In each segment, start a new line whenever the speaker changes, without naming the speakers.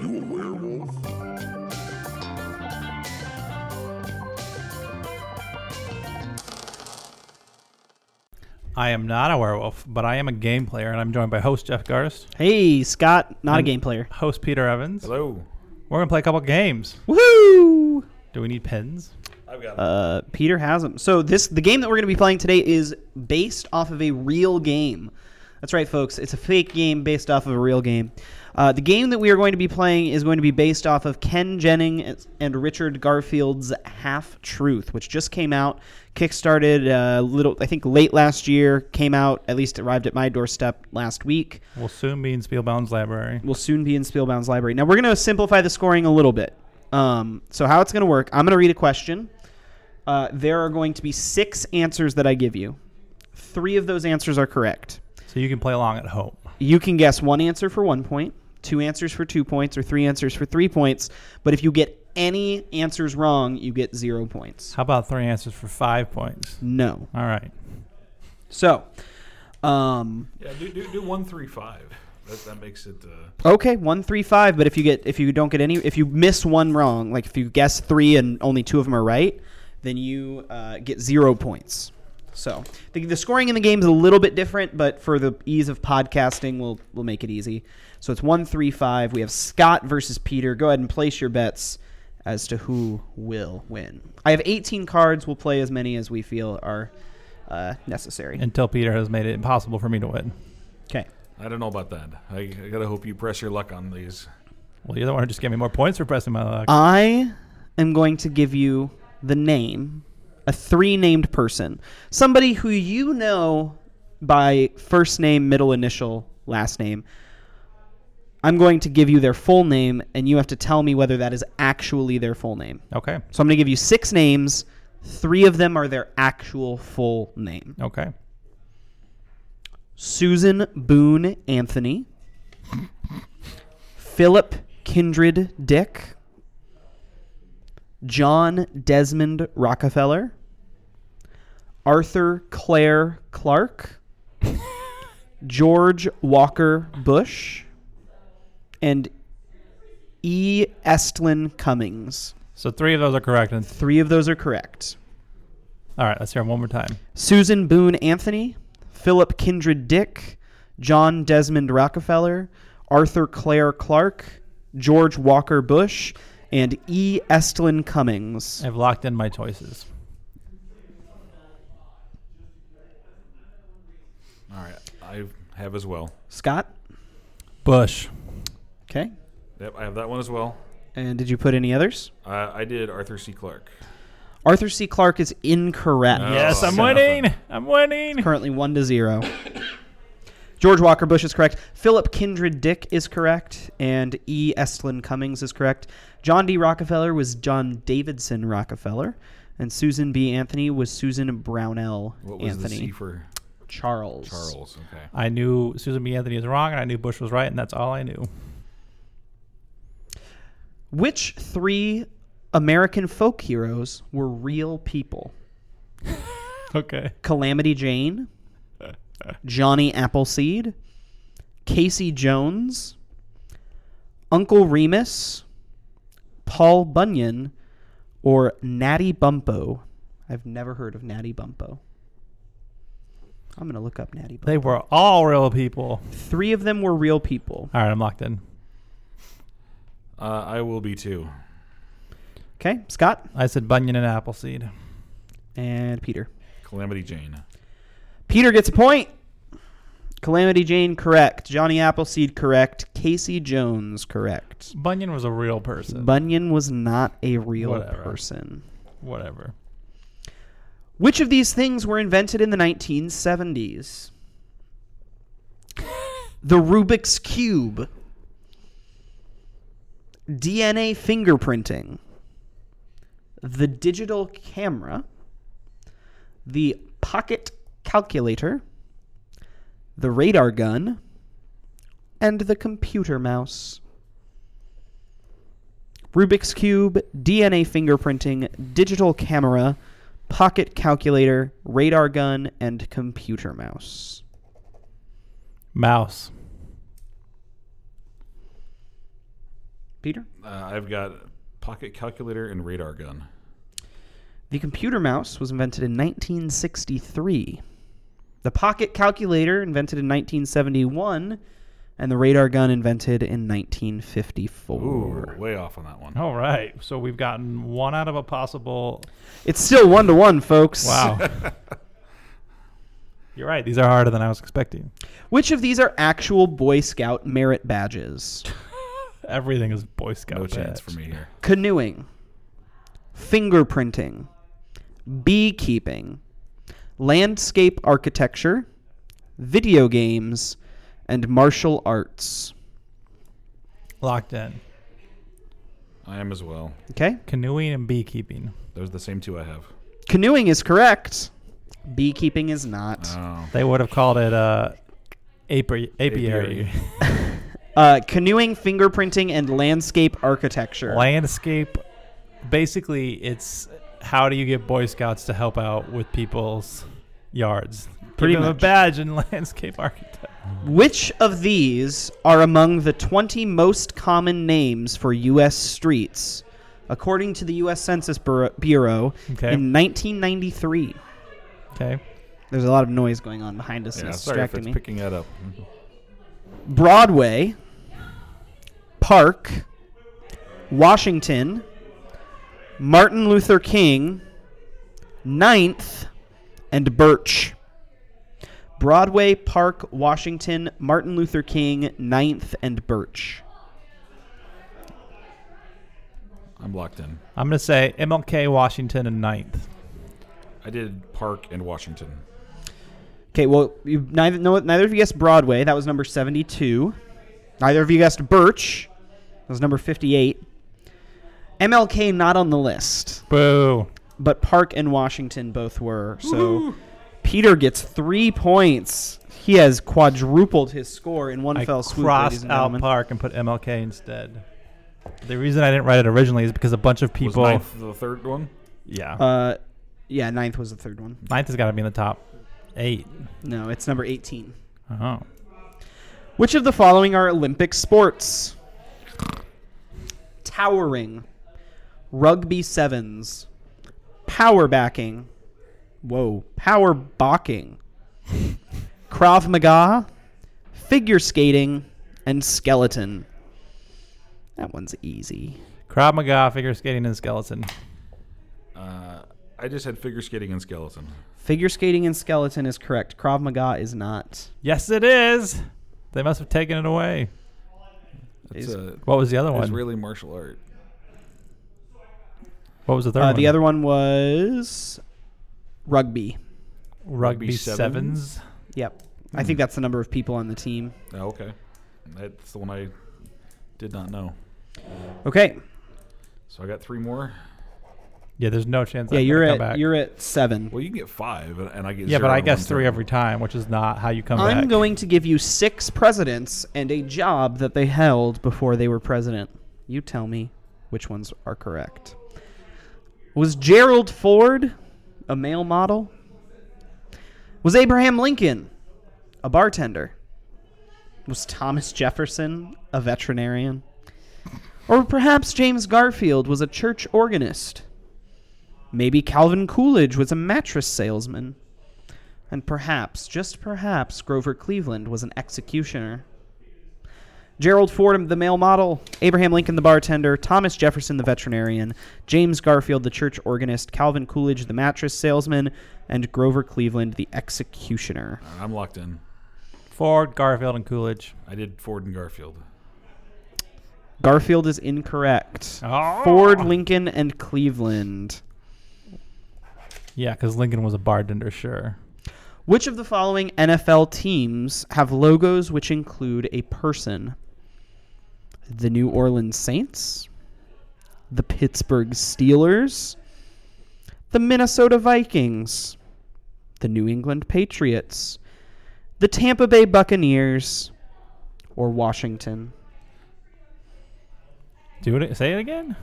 you a werewolf?
I am not a werewolf, but I am a game player, and I'm joined by host Jeff Garst,
Hey, Scott, not a game player.
host Peter Evans.
Hello.
We're gonna play a couple games.
Woohoo!
Do we need pins?
I've got
Uh, Peter has them. So this the game that we're going to be playing today is based off of a real game. That's right, folks. It's a fake game based off of a real game. Uh, the game that we are going to be playing is going to be based off of Ken Jennings and Richard Garfield's Half Truth, which just came out, kickstarted a little, I think, late last year. Came out, at least arrived at my doorstep last week.
We'll soon be in Spielbaum's library.
will soon be in Spielbaum's library. Now we're going to simplify the scoring a little bit. Um, so how it's going to work? I'm going to read a question. Uh, there are going to be six answers that I give you. Three of those answers are correct.
So you can play along at home.
You can guess one answer for one point, two answers for two points, or three answers for three points. But if you get any answers wrong, you get zero points.
How about three answers for five points?
No.
All right.
So, um,
yeah, do, do, do one three five. That, that makes it. Uh,
Okay, one three five. But if you get if you don't get any if you miss one wrong, like if you guess three and only two of them are right, then you uh, get zero points. So the, the scoring in the game is a little bit different, but for the ease of podcasting, we'll we'll make it easy. So it's one three five. We have Scott versus Peter. Go ahead and place your bets as to who will win. I have eighteen cards. We'll play as many as we feel are uh, necessary.
Until Peter has made it impossible for me to win.
Okay.
I don't know about that. I, I gotta hope you press your luck on these.
Well, you're the one who just gave me more points for pressing my
Uh,
luck.
I am going to give you the name, a three named person, somebody who you know by first name, middle initial, last name. I'm going to give you their full name, and you have to tell me whether that is actually their full name.
okay.
So I'm going to give you six names. Three of them are their actual full name
Okay.
Susan Boone Anthony, Philip Kindred Dick, John Desmond Rockefeller, Arthur Clare Clark, George Walker Bush, and E. Estlin Cummings.
So three of those are correct. And
Three of those are correct.
all right, let's hear them one more time.
Susan Boone Anthony, Philip Kindred Dick, John Desmond Rockefeller, Arthur Clare Clark, George Walker Bush, and E. Estlin Cummings.
I've locked in my choices.
All right, I have as well.
Scott?
Bush.
Okay.
Yep, I have that one as well.
And did you put any others?
Uh, I did Arthur C. Clarke.
Arthur C. Clark is incorrect.
No.
Yes,
Oh,
I'm
yeah.
winning. I'm winning.
Currently one to zero. George Walker Bush is correct. Philip Kindred Dick is correct. And E. Estlin Cummings is correct. John D. Rockefeller was John Davidson Rockefeller. And Susan B. Anthony was Susan Brownell
What was the
Anthony.
C for
Charles.
Charles? Okay.
I knew Susan B. Anthony was wrong, and I knew Bush was right, and that's all I knew.
Which three American folk heroes were real people?
Okay.
Calamity Jane, Johnny Appleseed, Casey Jones, Uncle Remus, Paul Bunyan, or Natty Bumpo. I've never heard of Natty Bumpo. I'm going to look up Natty Bumpo.
They were all real people.
Three of them were real people.
All right, I'm locked in.
Uh, I will be too.
Okay, Scott
I said Bunyan and Appleseed.
and Peter.
Calamity Jane.
Peter gets a point. Calamity Jane, correct. Johnny Appleseed, correct. Casey Jones, correct.
Bunyan was a real person.
Bunyan was not a real
Whatever.
person.
Whatever.
Which of these things were invented in the 1970s? the Rubik's Cube, DNA fingerprinting, the digital camera, the pocket calculator, the radar gun, and the computer mouse. Rubik's Cube, DNA fingerprinting, digital camera, pocket calculator, radar gun, and computer mouse.
Mouse.
Peter?
Uh, I've got pocket calculator and radar gun.
The computer mouse was invented in 1963. The pocket calculator invented in 1971, and the radar gun invented in 1954.
Ooh, way off on that one.
Oh,
All right. So we've gotten one out of a possible.
It's still one to one, folks.
Wow. You're right. These are harder than I was expecting.
Which of these are actual Boy Scout merit badges?
Everything is Boy Scout.
no chance
badge.
for me here.
Canoeing, fingerprinting, beekeeping, landscape architecture, video games, and martial arts.
Locked in.
I am as well.
Okay?
Canoeing and beekeeping.
Those are the same two I have.
Canoeing is correct. Beekeeping is not.
Oh.
They would have called it uh, apiary. apiary.
Apiary.
Uh, canoeing, fingerprinting, and landscape architecture.
Landscape. Basically, it's how do you get Boy Scouts to help out with people's yards?
Pretty
Give them a
much.
badge and landscape architect.
Which of these are among the 20 most common names for U.S. streets, according to the U.S. Census Bur- Bureau
Okay.
in 1993?
Okay.
There's a lot of noise going on behind us, and
Yeah,
it's
sorry if
distracting
it's
me.
picking that up.
Broadway, Park, Washington, Martin Luther King, Ninth, and Birch. Broadway, Park, Washington, Martin Luther King, Ninth, and Birch.
I'm locked in.
I'm going to say MLK, Washington, and Ninth.
I did Park and Washington.
Okay, well, you, neither, no, neither of you guessed Broadway. That was number 72. Neither of you guessed Birch. That was number 58. MLK not on the list.
Boo.
but Park and Washington both were. So Peter gets three points. He has quadrupled his score in one
I
fell swoop. ladies
crossed
and
out
gentlemen.
Park and put MLK instead. The reason I didn't write it originally is because a bunch of
Was
people.
ninth the third one?
Yeah.
Uh, yeah, ninth was the third one.
ninth has got to be in the top eight.
No, it's number 18.
Uh-huh.
Which of the following are Olympic sports? Towering, rugby sevens, power backing, whoa, power balking, Krav Maga, figure skating, and skeleton. That one's easy.
Krav Maga, figure skating, and skeleton.
Uh, I just had figure skating and skeleton.
Figure skating and skeleton is correct. Krav Maga is not.
Yes, it is. They must have taken it away.
That's
Is-
a
What was the other one?
Israeli martial art.
what was the third
Uh,
one?
the other one was rugby.
rugby,
Rugby
sevens.
Yep. I
Hmm.
think that's the number of people on the team.
Oh, okay. That's the one I did not know.
Okay.
So I got three more.
Yeah, there's no chance.
Yeah,
I'm
you're
gonna come
at
back.
you're at seven.
Well, you can get five, and- and I get
yeah,
zero
but I
on
guess
one
three
time.
every time, which is not how you come
I'm
back.
going to give you six presidents and a job that they held before they were president. You tell me which ones are correct. Was Gerald Ford a male model? Was Abraham Lincoln a bartender? Was Thomas Jefferson a veterinarian? Or perhaps James Garfield was a church organist? Maybe Calvin Coolidge was a mattress salesman? And perhaps, just perhaps, Grover Cleveland was an executioner. Gerald Ford, the male model, Abraham Lincoln, the bartender, Thomas Jefferson, the veterinarian, James Garfield, the church organist, Calvin Coolidge, the mattress salesman, and Grover Cleveland, the executioner.
I'm locked in.
Ford, Garfield, and Coolidge.
I did Ford and Garfield.
Garfield is incorrect.
Oh.
Ford, Lincoln, and Cleveland.
Yeah, because Lincoln was a bartender, sure.
Which of the following NFL teams have logos which include a person? The New Orleans Saints, the Pittsburgh Steelers, the Minnesota Vikings, the New England Patriots, the Tampa Bay Buccaneers, or Washington.
Do it. Say it again.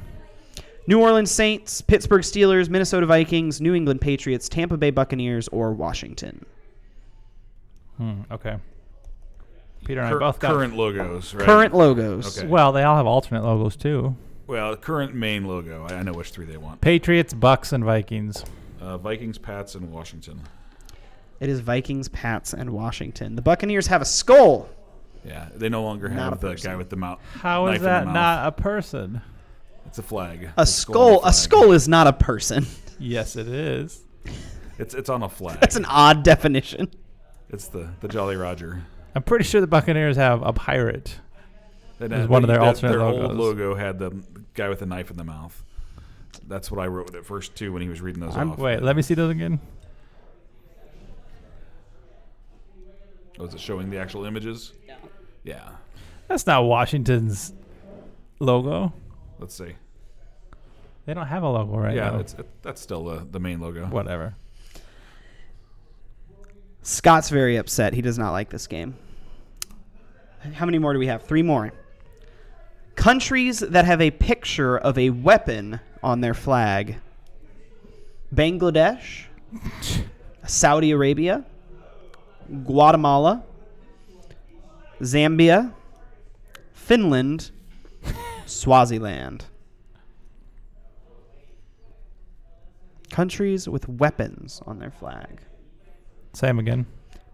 New Orleans Saints, Pittsburgh Steelers, Minnesota Vikings, New England Patriots, Tampa Bay Buccaneers, or Washington.
Hmm, okay. Mm, Peter and
Cur-
I both got
current logos, right?
Current logos.
Okay.
Well, they all have alternate logos too.
Well, current main logo. I, I know which three they want.
Patriots, Bucks, and Vikings.
Uh, Vikings, Pats, and Washington.
It is Vikings, Pats, and Washington. The Buccaneers have a skull.
Yeah, they no longer
Not
have
a
the
person.
guy with the mouth.
How
knife
is that
in the mouth.
not a person?
It's a flag. It's
A skull. A skull is not a person.
Yes, it is.
It's it's on a flag.
That's an odd definition.
it's the the Jolly Roger.
I'm pretty sure the Buccaneers have a pirate.
That-
It's one of their alternate
uh, their
logos.
old logo had the guy with the knife in the mouth. That's what I wrote at first too when he was reading those
I'm,
off.
wait, let me see those again.
Oh, is it showing the actual images? Yeah. Yeah.
That's not Washington's logo.
Let's see.
They don't have a logo right
yeah,
now.
it's it, that's still the, the main logo.
whatever.
Scott's very upset. He does not like this game. How many more do we have? Three more. Countries that have a picture of a weapon on their flag Bangladesh, Saudi Arabia, Guatemala, Zambia, Finland, Swaziland. Countries with weapons on their flag.
Same again.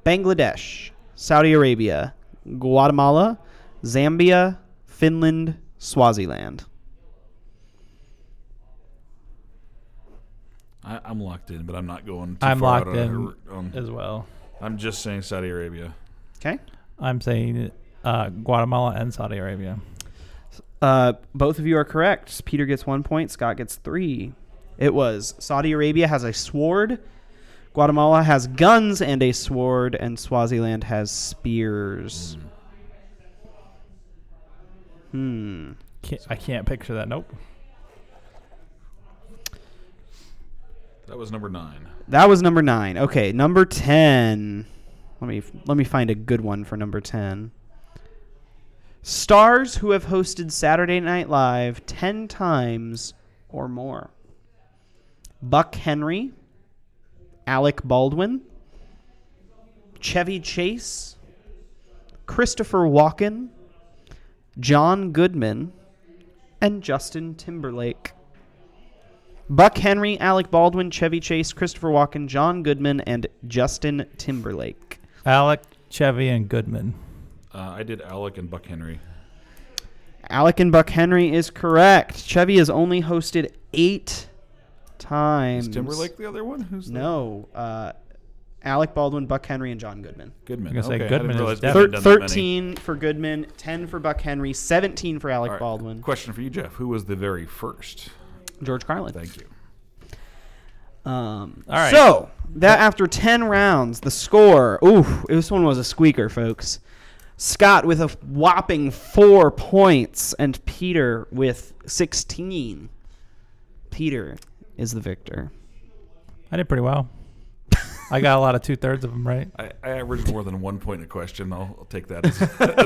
Bangladesh, Saudi Arabia, Guatemala, Zambia, Finland, Swaziland.
I, I'm locked in, but I'm not going. Too
I'm
far
locked
out on-
in
on-
as well.
I'm just saying Saudi Arabia.
Okay.
I'm saying uh, Guatemala and Saudi Arabia.
Uh, both of you are correct. Peter gets one point, Scott gets three. It was Saudi Arabia has a sword, Guatemala has guns and a sword, and Swaziland has spears. Hmm.
Can't, I can't picture that. Nope.
That was number nine.
That was number nine. Okay, number ten. Let me let me find a good one for number ten. Stars who have hosted Saturday Night Live ten times or more. Buck Henry, Alec Baldwin, Chevy Chase, Christopher Walken, John Goodman, and Justin Timberlake. Buck Henry, Alec Baldwin, Chevy Chase, Christopher Walken, John Goodman, and Justin Timberlake.
Alec, Chevy, and Goodman.
Uh, I did Alec and Buck Henry.
Alec and Buck Henry is correct. Chevy has only hosted eight times.
Is Timberlake the other one? Who's the-
Mm, No. Uh, Alec Baldwin, Buck Henry, and John Goodman.
Goodman.
I was gonna say
okay,
Goodman
I
is
didn't realize
definitely-
Thir-
Goodman had done that many.
13 for Goodman, 10 for Buck Henry, 17 for Alec
All right,
Baldwin,
Question for you, Jeff. Who was the very first?
George Carlin.
Thank you.
Um,
All right.
So that after ten rounds, the score. Ooh, this one was a squeaker, folks. Scott with a whopping four points, and Peter with sixteen. Peter is the victor.
I did pretty well. I got a lot of two thirds of them right.
I, I averaged more than one point a question. I'll, I'll take that as,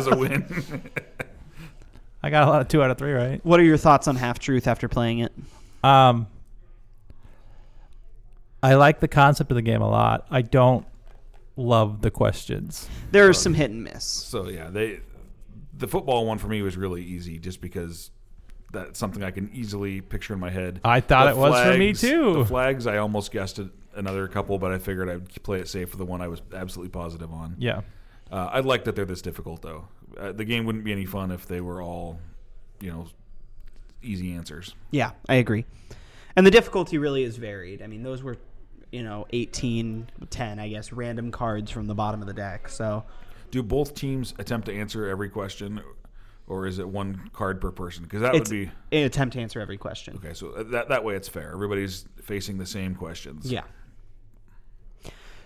as a win.
I got a lot of two out of three right.
What are your thoughts on Half Truth after playing it?
Um, I like the concept of the game a lot. I don't love the questions.
There are some hit and miss.
so yeah, they the football one for me was really easy, just because that's something I can easily picture in my head.
I thought
The
it was for me
flags-
too.
The flags, I almost guessed it, another couple, but I figured I'd play it safe for the one I was absolutely positive on.
yeah.
Uh, I like that they're this difficult, though. Uh, the game wouldn't be any fun if they were all, you know, easy answers.
Yeah, I agree. And the difficulty really is varied. I mean, those were, you know, 18, 10, I guess, random cards from the bottom of the deck. So
Do both teams attempt to answer every question, or is it one card per person? Because that
it's
would be
an attempt to answer every question.
okay. So uh, that that way it's fair. Everybody's facing the same questions.
Yeah.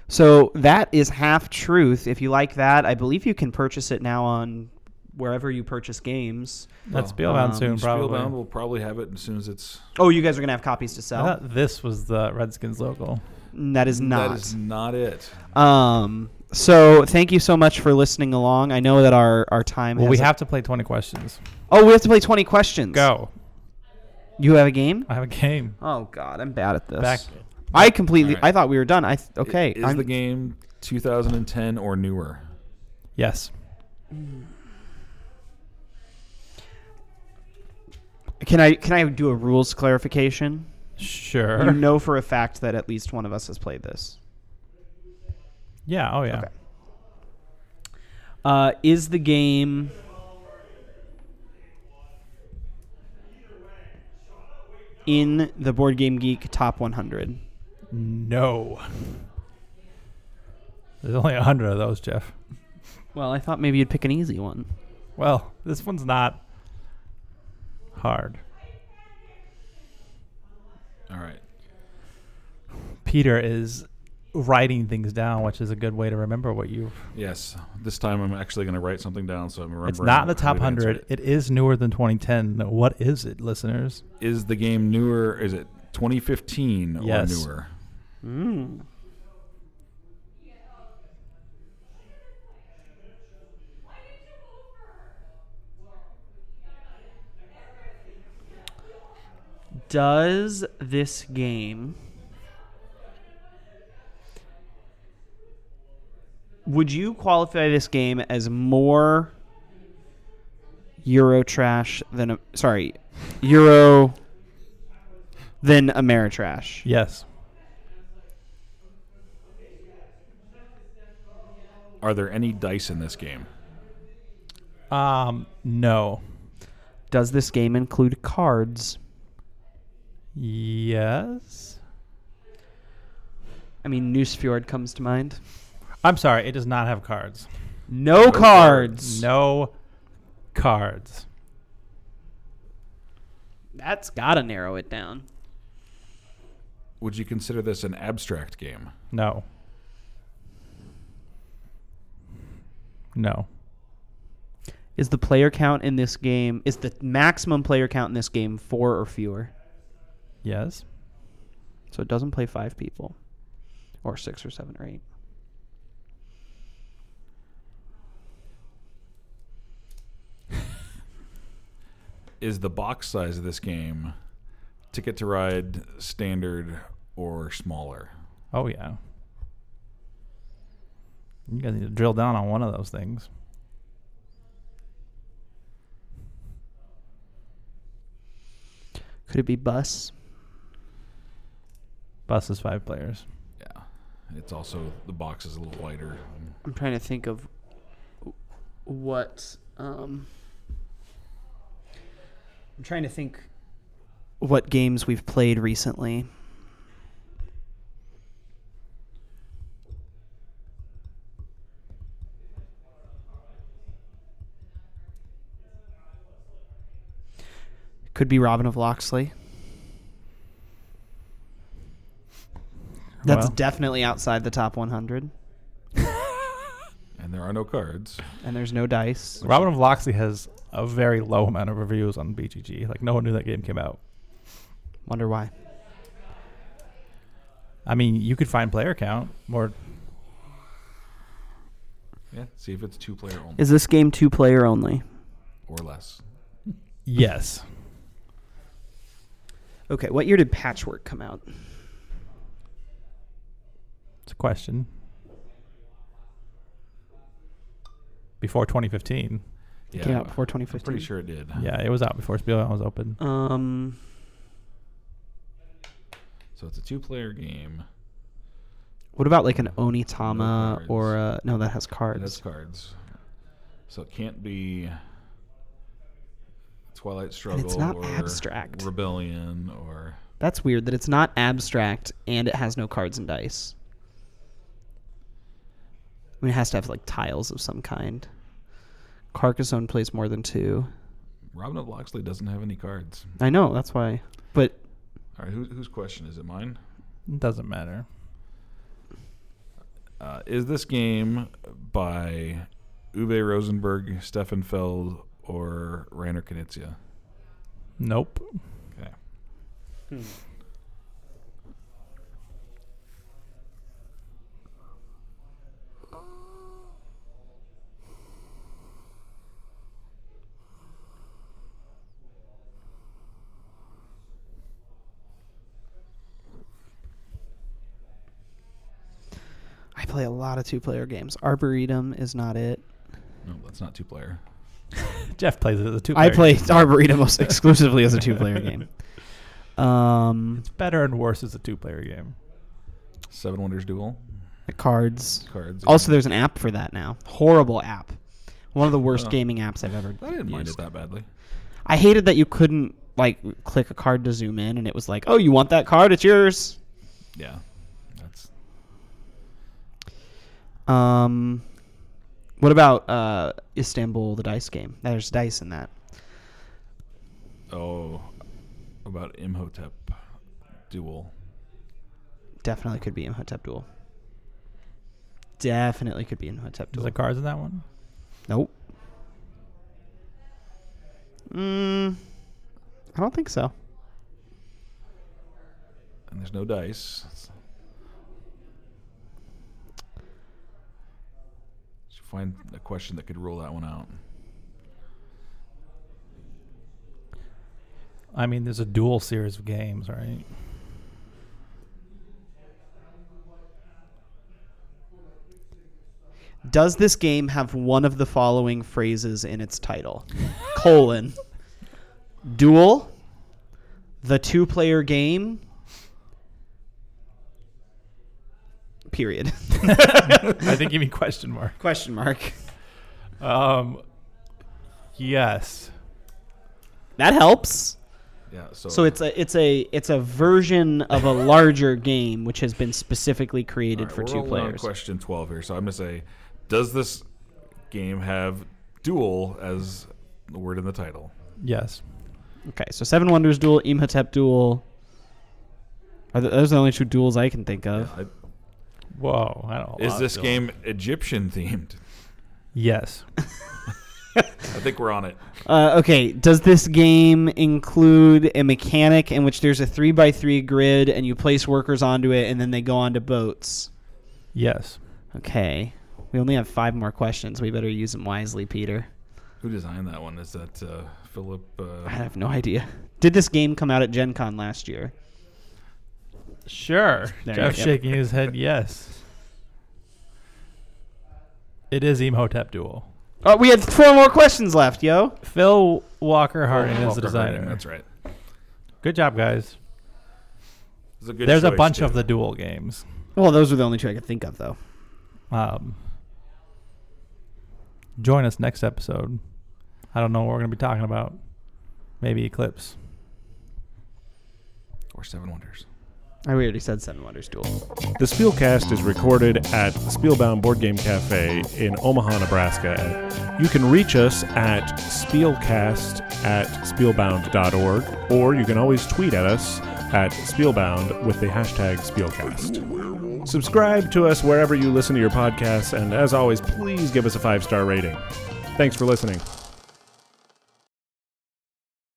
So that is half truth. If you like that, I believe you can purchase it now on wherever you purchase games.
That's
Well,
Spielbound
um,
soon, probably.
Spielbound will probably have it as soon as it's.
Oh, you guys are gonna have copies to
I
sell.
thought this was the Redskins logo.
Mm, that is not.
That is not it.
Um. So thank you so much for listening along. I know that our our time.
Well,
has
we
a-
have to play 20 questions.
Oh, we have to play twenty questions.
Go.
You have a game.
I have a game.
Oh God, I'm bad at this.
Back.
I completely.
All right.
I thought we were done. I th- okay.
Is
I'm-
the game 2010 or newer?
Yes.
Can I can I do a rules clarification?
Sure.
You know for a fact that at least one of us has played this.
yeah. Oh yeah.
Okay. Uh, is the game in the Board Game Geek top 100?
No. There's only a hundred of those, Jeff.
Well, I thought maybe you'd pick an easy one.
Well, this one's not hard.
All right.
Peter is writing things down, which is a good way to remember what you.
Yes. This time I'm actually going to write something down so I'm remembering.
It's not in the
how
top
we've answered
hundred. It
it.
is newer than 2010. What is it, listeners?
Is the game newer? Is it 2015
Yes.
or newer?
Mm. Does this game. Would you qualify this game as more Eurotrash than. a- Sorry. Euro than Ameritrash?
Yes.
Are there any dice in this game?
Um. No.
Does this game include cards?
Yes.
I mean, Noosefjord comes to mind.
I'm sorry. It does not have cards.
No, cards.
No cards.
That's gotta narrow it down.
Would you consider this an abstract game?
No. No.
Is the player count in this game? Is the maximum player count in this game four or fewer?
Yes.
So it doesn't play five people, or six or seven or eight.
Is the box size of this game Ticket to Ride standard or smaller?
Oh yeah. You guys need to drill down on one of those things.
Could it be bus?
Bus is five players.
Yeah. It's also the box is a little wider.
I'm trying to think of what. Um, I'm trying to think what games we've played recently. Could be Robin of Locksley. That's
Well.
definitely outside the top 100,
And there are no cards.
and there's no dice.
Robin of Loxley has a very low amount of reviews on BGG. Like no one knew that game came out.
Wonder why.
I mean, you could find player count more.
Yeah. See if it's two player only
Is this game two player only?
or less.
Yes.
Okay, what year did Patchwork come out?
It's a question. Before 2015.
Yeah.
Came out before
I'm
2015.
pretty sure it did.
Yeah, it was out before Spielman was open.
Um,
So it's a two player game.
what about like an Onitama
cards.
or uh no? That has
It has
cards.
cards. So it can't be Twilight
And
Struggle
it's not
or
abstract.
Rebellion or
That's weird that it's not abstract and it has no cards and dice. I mean, it has to have like tiles of some kind. Carcassonne plays more than two.
Robin of Loxley doesn't have any cards.
I know that's why, but
All right, who, whose question is it? Mine.
It doesn't matter.
Uh, is this game by Uwe Rosenberg, Stefan Feld, or Rainer Knizia?
Nope.
Okay.
I play a lot of two player games. Arboretum is not it.
No, It's not two player.
Jeff plays it as a two.
I play Arboretum almost exclusively as a two-player game. Um,
better and worse as a two-player game.
Seven Wonders Duel
the cards.
cards.
Also, there's an app for that now. Horrible app. One of the worst
Oh.
gaming apps I've ever.
I didn't mind it
used.
that badly.
I hated that you couldn't like click a card to zoom in, and it was like, "Oh, you want that card? It's yours."
Yeah, that's
Um, what about uh, Istanbul, the dice game? There's dice in that.
oh about Imhotep Duel.
Definitely could be Imhotep Duel. Definitely could be Imhotep
Does
Duel.
the cards in that one?
Nope. Mm, I don't think so.
and there's no dice. It's- Should find a question that could rule that one out.
I mean, there's a dual series of games, right?
Does this game have one of the following phrases in its title? colon. Duel. The two player game. Period.
I think you mean question mark.
Question mark.
Um, yes.
That helps.
Yeah, so,
So it's a it's a it's a version of a larger game which has been specifically created
All right,
for
we're
two
rolling on
players.
Question twelve here. So I'm gonna say, does this game have duel as the word in the title?
Yes.
Okay, so Seven Wonders Duel, Imhotep Duel. Are th- those are the only two duels I can think of.
I-
Whoa. I don't. a
is
lot
this
of
game Egyptian themed?
Yes.
I think we're on it.
Uh, okay, does this game include a mechanic in which there's a three by three grid and you place workers onto it and then they go onto boats?
Yes.
Okay, we only have five more questions. We better use them wisely, Peter.
Who designed that one? Is that uh, Philip?
I
Uh,
have no idea. Did this game come out at Gen Con last year?
Sure.
There you
Jeff
go.
shaking his head. Yes. It is Imhotep Duel.
Oh, we had four more questions left, yo.
Phil Walker Harding is
Walker
the designer.
Harding, That's right.
Good job, guys.
It's a good
There's a
choice,
bunch of
too.
the dual games.
Well, those were the only two I could think of, though.
Um, join us next episode. I don't know what we're going to be talking about. Maybe Eclipse.
or seven wonders.
I already said Seven Wonders Duel.
The Spielcast is recorded at Spielbound Board Game Cafe in Omaha, Nebraska. You can reach us at spielcast at spielbound.org, or you can always tweet at us at spielbound with the hashtag spielcast. Subscribe to us wherever you listen to your podcasts, and as always, please give us a five star rating. Thanks for listening.